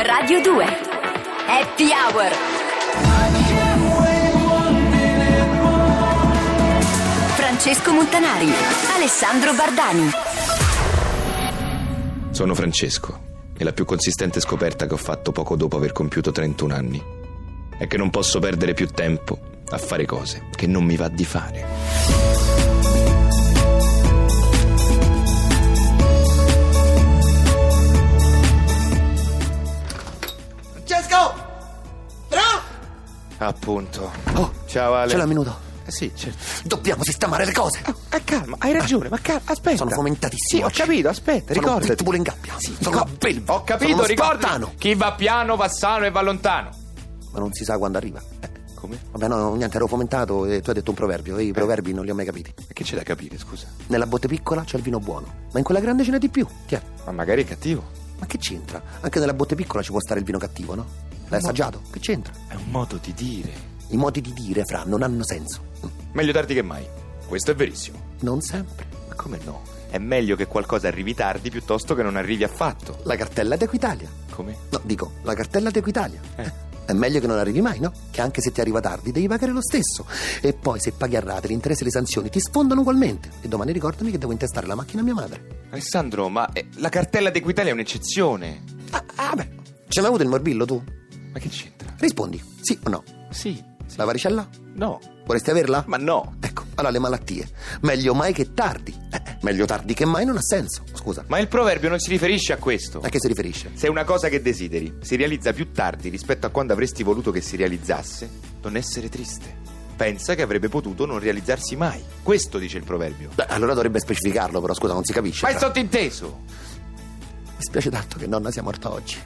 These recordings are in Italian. Radio 2 Happy Hour Francesco Montanari Alessandro Bardani Sono Francesco e la più consistente scoperta che ho fatto poco dopo aver compiuto 31 anni è che non posso perdere più tempo a fare cose che non mi va di fare. Francesco! Però! Appunto. Oh, Ciao Ale. ce l'ho un minuto. Eh sì, certo. Dobbiamo sistemare le cose. Ah, ah, calma, hai ragione, ma calma, aspetta. Sono fomentatissimo. Sì, ho oggi. capito, aspetta, Sono un ricordati. pitbull in gabbia. sono ricor- una belva. Ho sono capito, uno ricordati. spartano. Chi va piano va sano e va lontano. Ma non si sa quando arriva. Eh, Come? Vabbè, no, niente, ero fomentato e tu hai detto un proverbio. E i proverbi non li ho mai capiti. Che c'è da capire, scusa? Nella botte piccola c'è il vino buono, ma in quella grande ce n'è di più. Tiè, Ma magari è cattivo. ma che c'entra? Anche nella botte piccola ci può stare il vino cattivo, no? L'hai assaggiato? Che c'entra? È un modo di dire. I modi di dire, fra, non hanno senso. Meglio tardi che mai. Questo è verissimo. Non sempre. Ma come no? È meglio che qualcosa arrivi tardi piuttosto che non arrivi affatto. La cartella d'Equitalia. Come? No, dico, la cartella d'Equitalia. Eh. È meglio che non arrivi mai, no? Che anche se ti arriva tardi devi pagare lo stesso. E poi se paghi a rate, l'interesse e le sanzioni ti sfondano ugualmente. E domani ricordami che devo intestare la macchina a mia madre. Alessandro, ma eh, la cartella d'Equitalia è un'eccezione. Ah, ah, beh. Ce l'hai avuto il morbillo tu? Ma che c'entra? Rispondi, sì o no. Sì. sì. La varicella? No. Vorresti averla? Ma no. Ecco, allora le malattie. Meglio mai che tardi. Eh, meglio tardi che mai non ha senso. Scusa, Ma il proverbio non si riferisce a questo. a che si riferisce? Se una cosa che desideri si realizza più tardi rispetto a quando avresti voluto che si realizzasse, non essere triste. Pensa che avrebbe potuto non realizzarsi mai. Questo dice il proverbio. Beh, allora dovrebbe specificarlo, però scusa, non si capisce. Ma è fra- sottinteso! Mi spiace tanto che nonna sia morta oggi.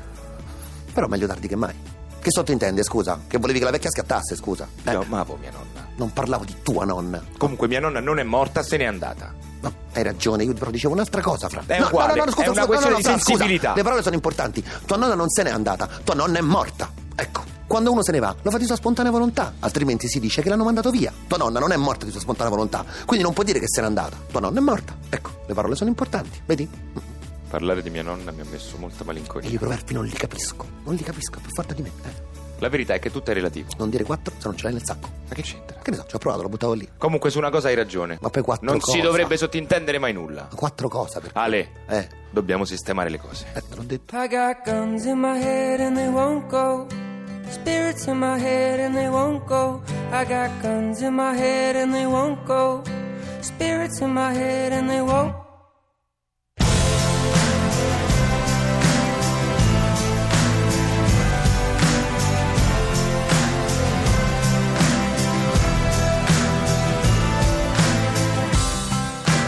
Però meglio tardi che mai. Che sottintende, scusa? Che volevi che la vecchia scattasse, scusa? Eh, Io amavo mia nonna. Non parlavo di tua nonna. Comunque mia nonna non è morta, se n'è andata. No, hai ragione, io però dicevo un'altra cosa, Fra. È no, uguale, no, no, no, scusa, è una scusa, questione no, no, di Fra, scusa, sensibilità. le parole sono importanti. Tua nonna non se n'è andata, tua nonna è morta. Ecco, quando uno se ne va, lo fa di sua spontanea volontà, altrimenti si dice che l'hanno mandato via. Tua nonna non è morta di sua spontanea volontà, quindi non può dire che se n'è andata. Tua nonna è morta. Ecco, le parole sono importanti, vedi? Parlare di mia nonna mi ha messo molta E malinconia. io i proverbi non li capisco, non li capisco, è più forte di me. eh. La verità è che tutto è relativo. Non dire quattro se non ce l'hai nel sacco. Ma che c'entra? Che ne so, ci ho provato, l'ho buttato lì. Comunque su una cosa hai ragione. Ma poi quattro Non cose. si dovrebbe sottintendere mai nulla. Ma Quattro cose perché? Ale, Eh, dobbiamo sistemare le cose. eh, te l'ho detto. I got guns in my head and they won't go. Spirits in my head and they won't go. I got guns in my head and they won't go. Spirits in my head and they won't.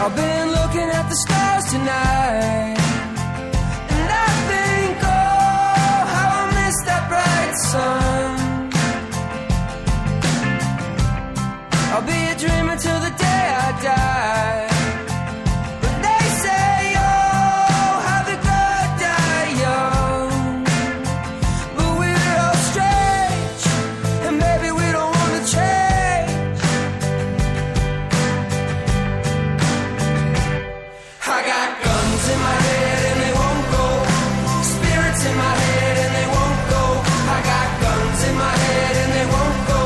I've been looking at the stars tonight. And I think, oh, how I miss that bright sun. I'll be a dreamer till the day I die. But they say, oh, how the good die young. But we're all strange, and maybe we don't want to change. I got guns in my head and they won't go. Spirits in my head and they won't go. I got guns in my head and they won't go.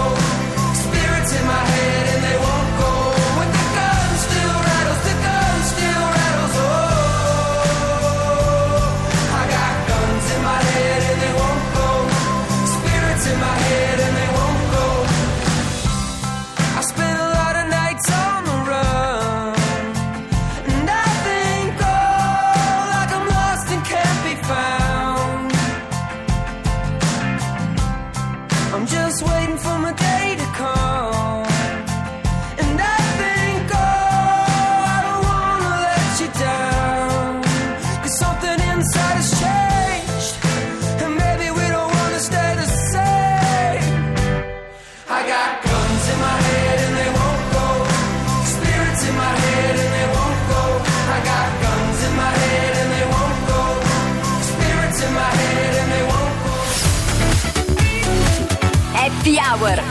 Spirits in my head and they won't go. When the gun still rattles, the gun still rattles. Oh, I got guns in my head and they won't go. Spirits in my head and they won't go. I spent a lot of nights on the run. And I think, oh, like I'm lost and can't be found. I'm just waiting for my day to come. And I think, oh, I don't wanna let you down. 'Cause something inside has changed. And maybe we don't wanna stay the same. I got guns in my head and they won't go. Spirits in my head and they won't go. I got guns in my head and they won't go. Spirits in my head and they won't go. Happy Hour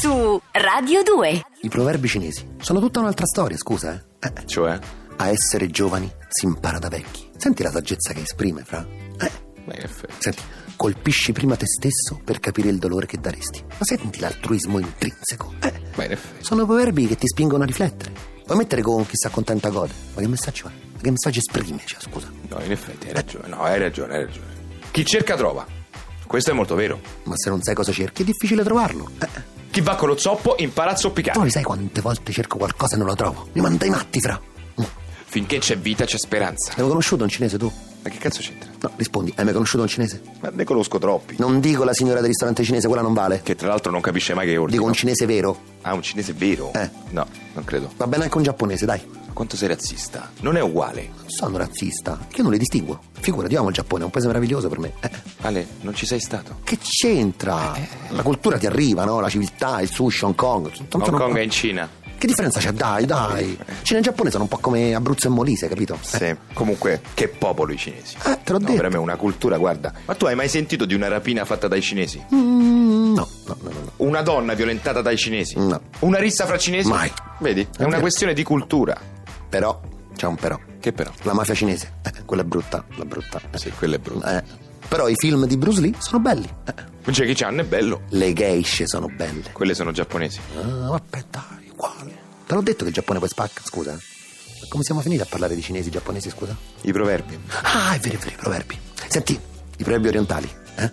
Su Radio 2 I proverbi cinesi sono tutta un'altra storia, scusa, eh. Eh, eh. Cioè? A essere giovani si impara da vecchi. Senti la saggezza che esprime, fra. Eh, Beh, in effetti. Senti, colpisci prima te stesso per capire il dolore che daresti. Ma senti l'altruismo intrinseco. Eh, Beh, in effetti. sono proverbi che ti spingono a riflettere. Vuoi mettere con chi sta contenta gode? Ma che messaggio è? Ma che messaggio esprime? Cioè, scusa. No, in effetti hai ragione. No, hai ragione, hai ragione. Chi cerca trova. Questo è molto vero. Ma se non sai cosa cerchi è difficile trovarlo. Eh, Chi va con lo zoppo impara a zoppicare. poi sai quante volte cerco qualcosa e non lo trovo? Mi manda i matti, fra. Mm. Finché c'è vita c'è speranza. Hai mai conosciuto un cinese tu? Ma che cazzo c'entra? No, rispondi, hai mai conosciuto un cinese? Ma ne conosco troppi. Non dico la signora del ristorante cinese, quella non vale. Che tra l'altro non capisce mai che ordino. Dico un cinese vero. Ah, un cinese vero? Eh. No, non credo. Va bene anche un giapponese, dai. Ma quanto sei razzista? Non è uguale. Sono razzista, che io non li distinguo. Figurati, io amo il Giappone, è un paese meraviglioso per me. Eh, Ale, non ci sei stato. che c'entra? Eh, La cultura ti arriva, no? La civiltà, il sushi, Hong Kong. tutto- Hong tutto- Kong è in Cina. Che differenza c'è? Dai, dai. Cina e Giappone sono un po' come Abruzzo e Molise, capito? Sì. Eh, Comunque, che popolo i cinesi. Eh, te l'ho no, detto. Per me è una cultura, guarda. Ma tu hai mai sentito di una rapina fatta dai cinesi? Mm, no, no, no, no, no. Una donna violentata dai cinesi? No. Una rissa fra cinesi? Mai. Vedi, è una vero. questione di cultura. Però, c'è un però. Che però? La mafia cinese, eh, quella è brutta, la brutta. eh. Sì, quello è brutto. Eh, Però i film di Bruce Lee sono belli. Eh, Jackie Chan è bello. Le geishe sono belle. Quelle sono giapponesi. Ah, vabbè, dai, uguale. Te l'ho detto che il Giappone poi spacca, scusa. eh? Come siamo finiti a parlare di cinesi, giapponesi, scusa? I proverbi. Ah, è vero, è vero, i proverbi. Senti, i proverbi orientali, eh?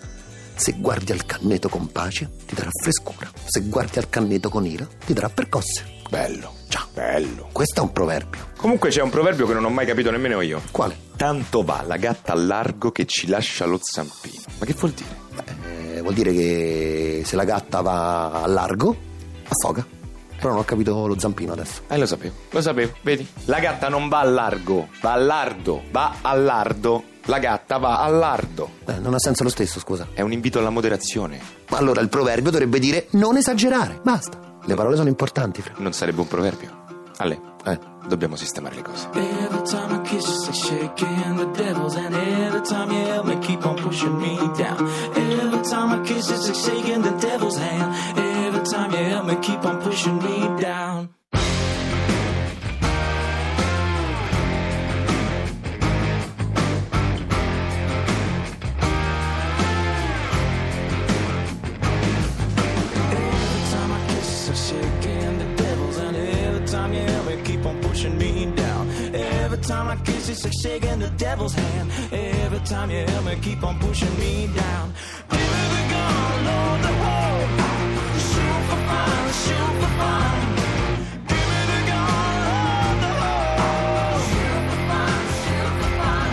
Se guardi al canneto con pace, ti darà frescura. Se guardi al canneto con ira, ti darà percosse. Bello. Ciao. Bello. Questo è un proverbio. Comunque c'è un proverbio che non ho mai capito nemmeno io. Quale? Tanto va la gatta al largo che ci lascia lo zampino. Ma che vuol dire? Eh, vuol dire che se la gatta va a largo, affoga. Però non ho capito lo zampino adesso. Eh, lo sapevo, lo sapevo, vedi? La gatta non va al largo, va al lardo, va al lardo. La gatta va al lardo. Eh, non ha senso lo stesso, scusa. È un invito alla moderazione. Ma allora il proverbio dovrebbe dire non esagerare. Basta. Le parole sono importanti, fra. Non sarebbe un proverbio. Ale, Eh. dobbiamo sistemare le cose. Every time I kiss you, say shaking the devil's and every time you help me keep on pushing me down. Every time I kiss you, say shaking the devil's hand. Every time you help me keep on pushing me down. Every time I kiss, I shake in the devils, and every time you help me keep on pushing me down. Every time I kiss, it's like shaking the devil's hand. Every time you help me keep on pushing me down. Baby, we gonna load the hole. Shoot for fun, shoot for fun. Baby, we gonna load the hole. Shoot for fun, shoot for fun.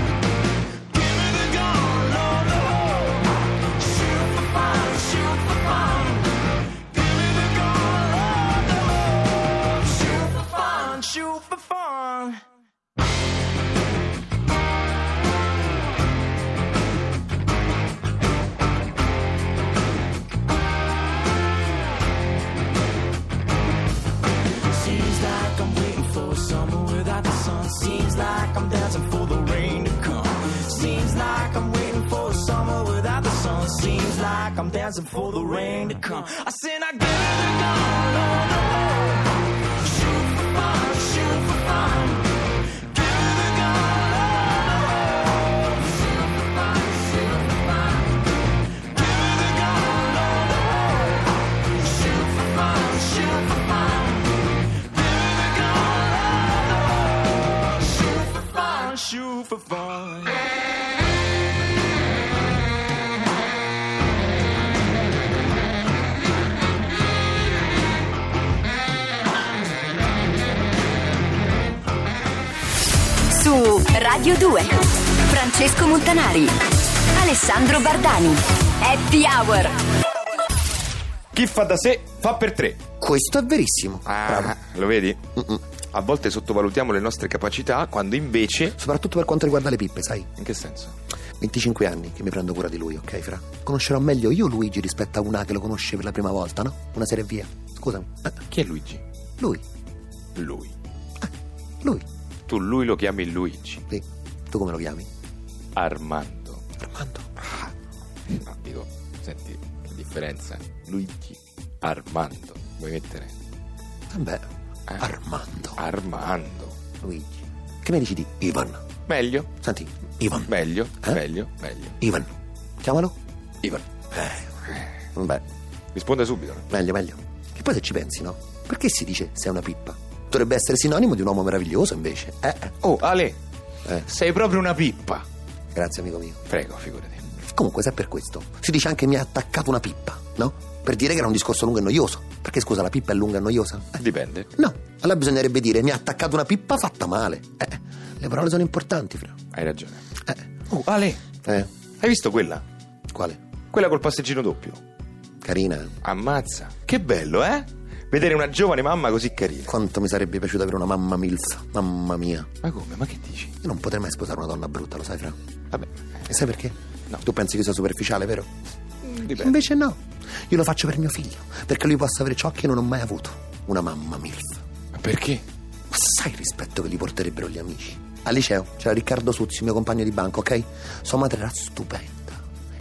Baby, we gonna load the hole. Shoot for fun, shoot for fun. Baby, we gonna load the hole. Shoot for fun, shoot for fun. Seems like I'm waiting for summer without the sun. Seems like I'm dancing for the rain to come. Seems like I'm waiting for summer without the sun. Seems like I'm dancing for the rain to come. I said I get it down on the road. Shoot for fun, shoot for fun. Give it a go, shoot for fun, shoot for fun. Shoot for fun, shoot for fun. Su Radio 2. Francesco Montanari. Alessandro Bardani. Happy Hour. Chi fa da sé fa per tre. Questo è verissimo. Bravo. Ah, lo vedi? A volte sottovalutiamo le nostre capacità quando invece. Soprattutto per quanto riguarda le pippe, sai? In che senso? 25 anni che mi prendo cura di lui, ok, Fra? Conoscerò meglio io Luigi rispetto a una che lo conosce per la prima volta, no? Una serie via. Scusami. Eh, Chi è Luigi? lui, Lui. lui. Tu lui lo chiami Luigi. Sì. Tu come lo chiami? Armando. Armando. No, dico, senti, che differenza? Luigi. Armando. Vuoi mettere? Vabbè, Eh Armando. Armando. Luigi. Che ne dici di Ivan? Meglio, Senti, Ivan. meglio, Eh? meglio, meglio. Ivan. Chiamalo? Eh, Ivan, Beh, risponda subito. meglio, meglio. Che poi se ci pensi, no? Perché si dice sei una pippa? Dovrebbe essere sinonimo di un uomo meraviglioso, invece. Eh, eh. Oh, Ale, Eh. sei proprio una pippa. Grazie, amico mio. Prego, figurati. Comunque, se è per questo, si dice anche mi ha attaccato una pippa, no? Per dire che era un discorso lungo e noioso. Perché, scusa, la pippa è lunga e noiosa? Eh, Dipende. No, allora bisognerebbe dire mi ha attaccato una pippa fatta male. Eh, eh. le parole sono importanti, fra. Hai ragione. Eh, Oh, Ale, eh. hai visto quella? Quale? Quella col passeggino doppio. Carina. eh? Ammazza. Che bello, eh? Vedere una giovane mamma così carina. Quanto mi sarebbe piaciuto avere una mamma MILF. Mamma mia. Ma come? Ma che dici? Io non potrei mai sposare una donna brutta, lo sai, Fra? Vabbè, E sai perché? No. Tu pensi che sia superficiale, vero? dipende. Invece no. Io lo faccio per mio figlio, perché lui possa avere ciò che io non ho mai avuto. Una mamma MILF. Ma perché? Ma sai il rispetto che gli porterebbero gli amici? Al liceo c'era Riccardo Suzzi, mio compagno di banco, ok? Sua madre era stupenda.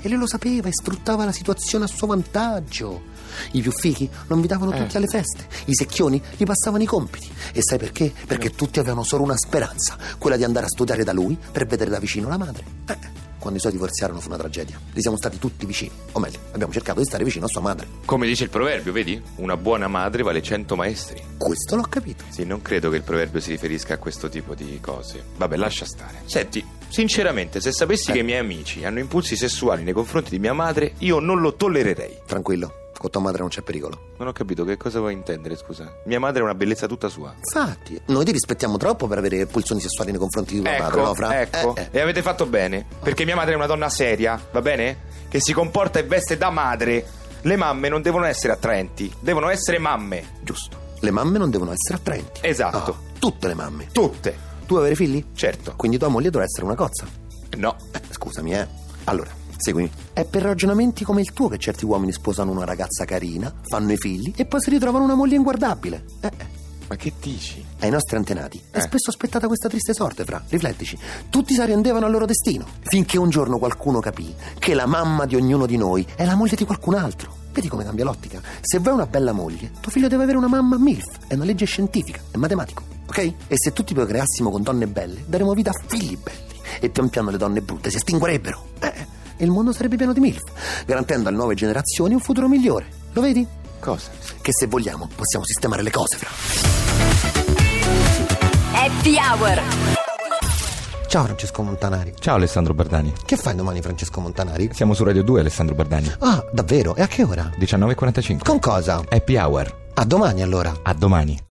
E lui lo sapeva e sfruttava la situazione a suo vantaggio. I più fighi lo invitavano tutti alle feste, i secchioni gli passavano i compiti. E sai perché? Perché tutti avevano solo una speranza, quella di andare a studiare da lui per vedere da vicino la madre. Eh, quando i suoi divorziarono fu una tragedia. Li siamo stati tutti vicini, o meglio, abbiamo cercato di stare vicino a sua madre. Come dice il proverbio, vedi? Una buona madre vale 100 maestri. Questo l'ho capito. Sì, non credo che il proverbio si riferisca a questo tipo di cose. Vabbè, lascia stare. Senti, sinceramente, se sapessi che i miei amici hanno impulsi sessuali nei confronti di mia madre, io non lo tollererei. Tranquillo, con tua madre non c'è pericolo. Non ho capito che cosa vuoi intendere, scusa. Mia madre è una bellezza tutta sua. Infatti, noi ti rispettiamo troppo per avere pulsioni sessuali nei confronti di tua madre, no, Ecco, Fra? ecco. Eh, eh. E avete fatto bene, perché mia madre è una donna seria, va bene? Che si comporta e veste da madre. Le mamme non devono essere attraenti, devono essere mamme. Giusto. Le mamme non devono essere attraenti. Esatto. Ah, tutte le mamme. Tutte. Tu vuoi avere figli? Certo. Quindi tua moglie dovrà essere una cozza. No. Eh, scusami, eh. Allora, seguimi. È per ragionamenti come il tuo che certi uomini sposano una ragazza carina, fanno i figli e poi si ritrovano una moglie inguardabile. Eh, eh. Ma che dici? Ai nostri antenati è Eh. spesso aspettata questa triste sorte, fra. Riflettici, tutti si arrendevano al loro destino, finché un giorno qualcuno capì che la mamma di ognuno di noi è la moglie di qualcun altro. Vedi come cambia l'ottica. Se vuoi una bella moglie, tuo figlio deve avere una mamma MILF, è una legge scientifica, è matematico, ok? E se tutti procreassimo con donne belle, daremo vita a figli belli. E pian piano le donne brutte si estinguerebbero. Eh, eh, e il mondo sarebbe pieno di MILF, garantendo alle nuove generazioni un futuro migliore. Lo vedi? Cosa? Che se vogliamo possiamo sistemare le cose, fra. Happy Hour Ciao Francesco Montanari. Ciao Alessandro Bardani. Che fai domani Francesco Montanari? Siamo su Radio 2 Alessandro Bardani. Ah, davvero? E a che ora? 19.45. Con cosa? Happy Hour. A domani allora. A domani.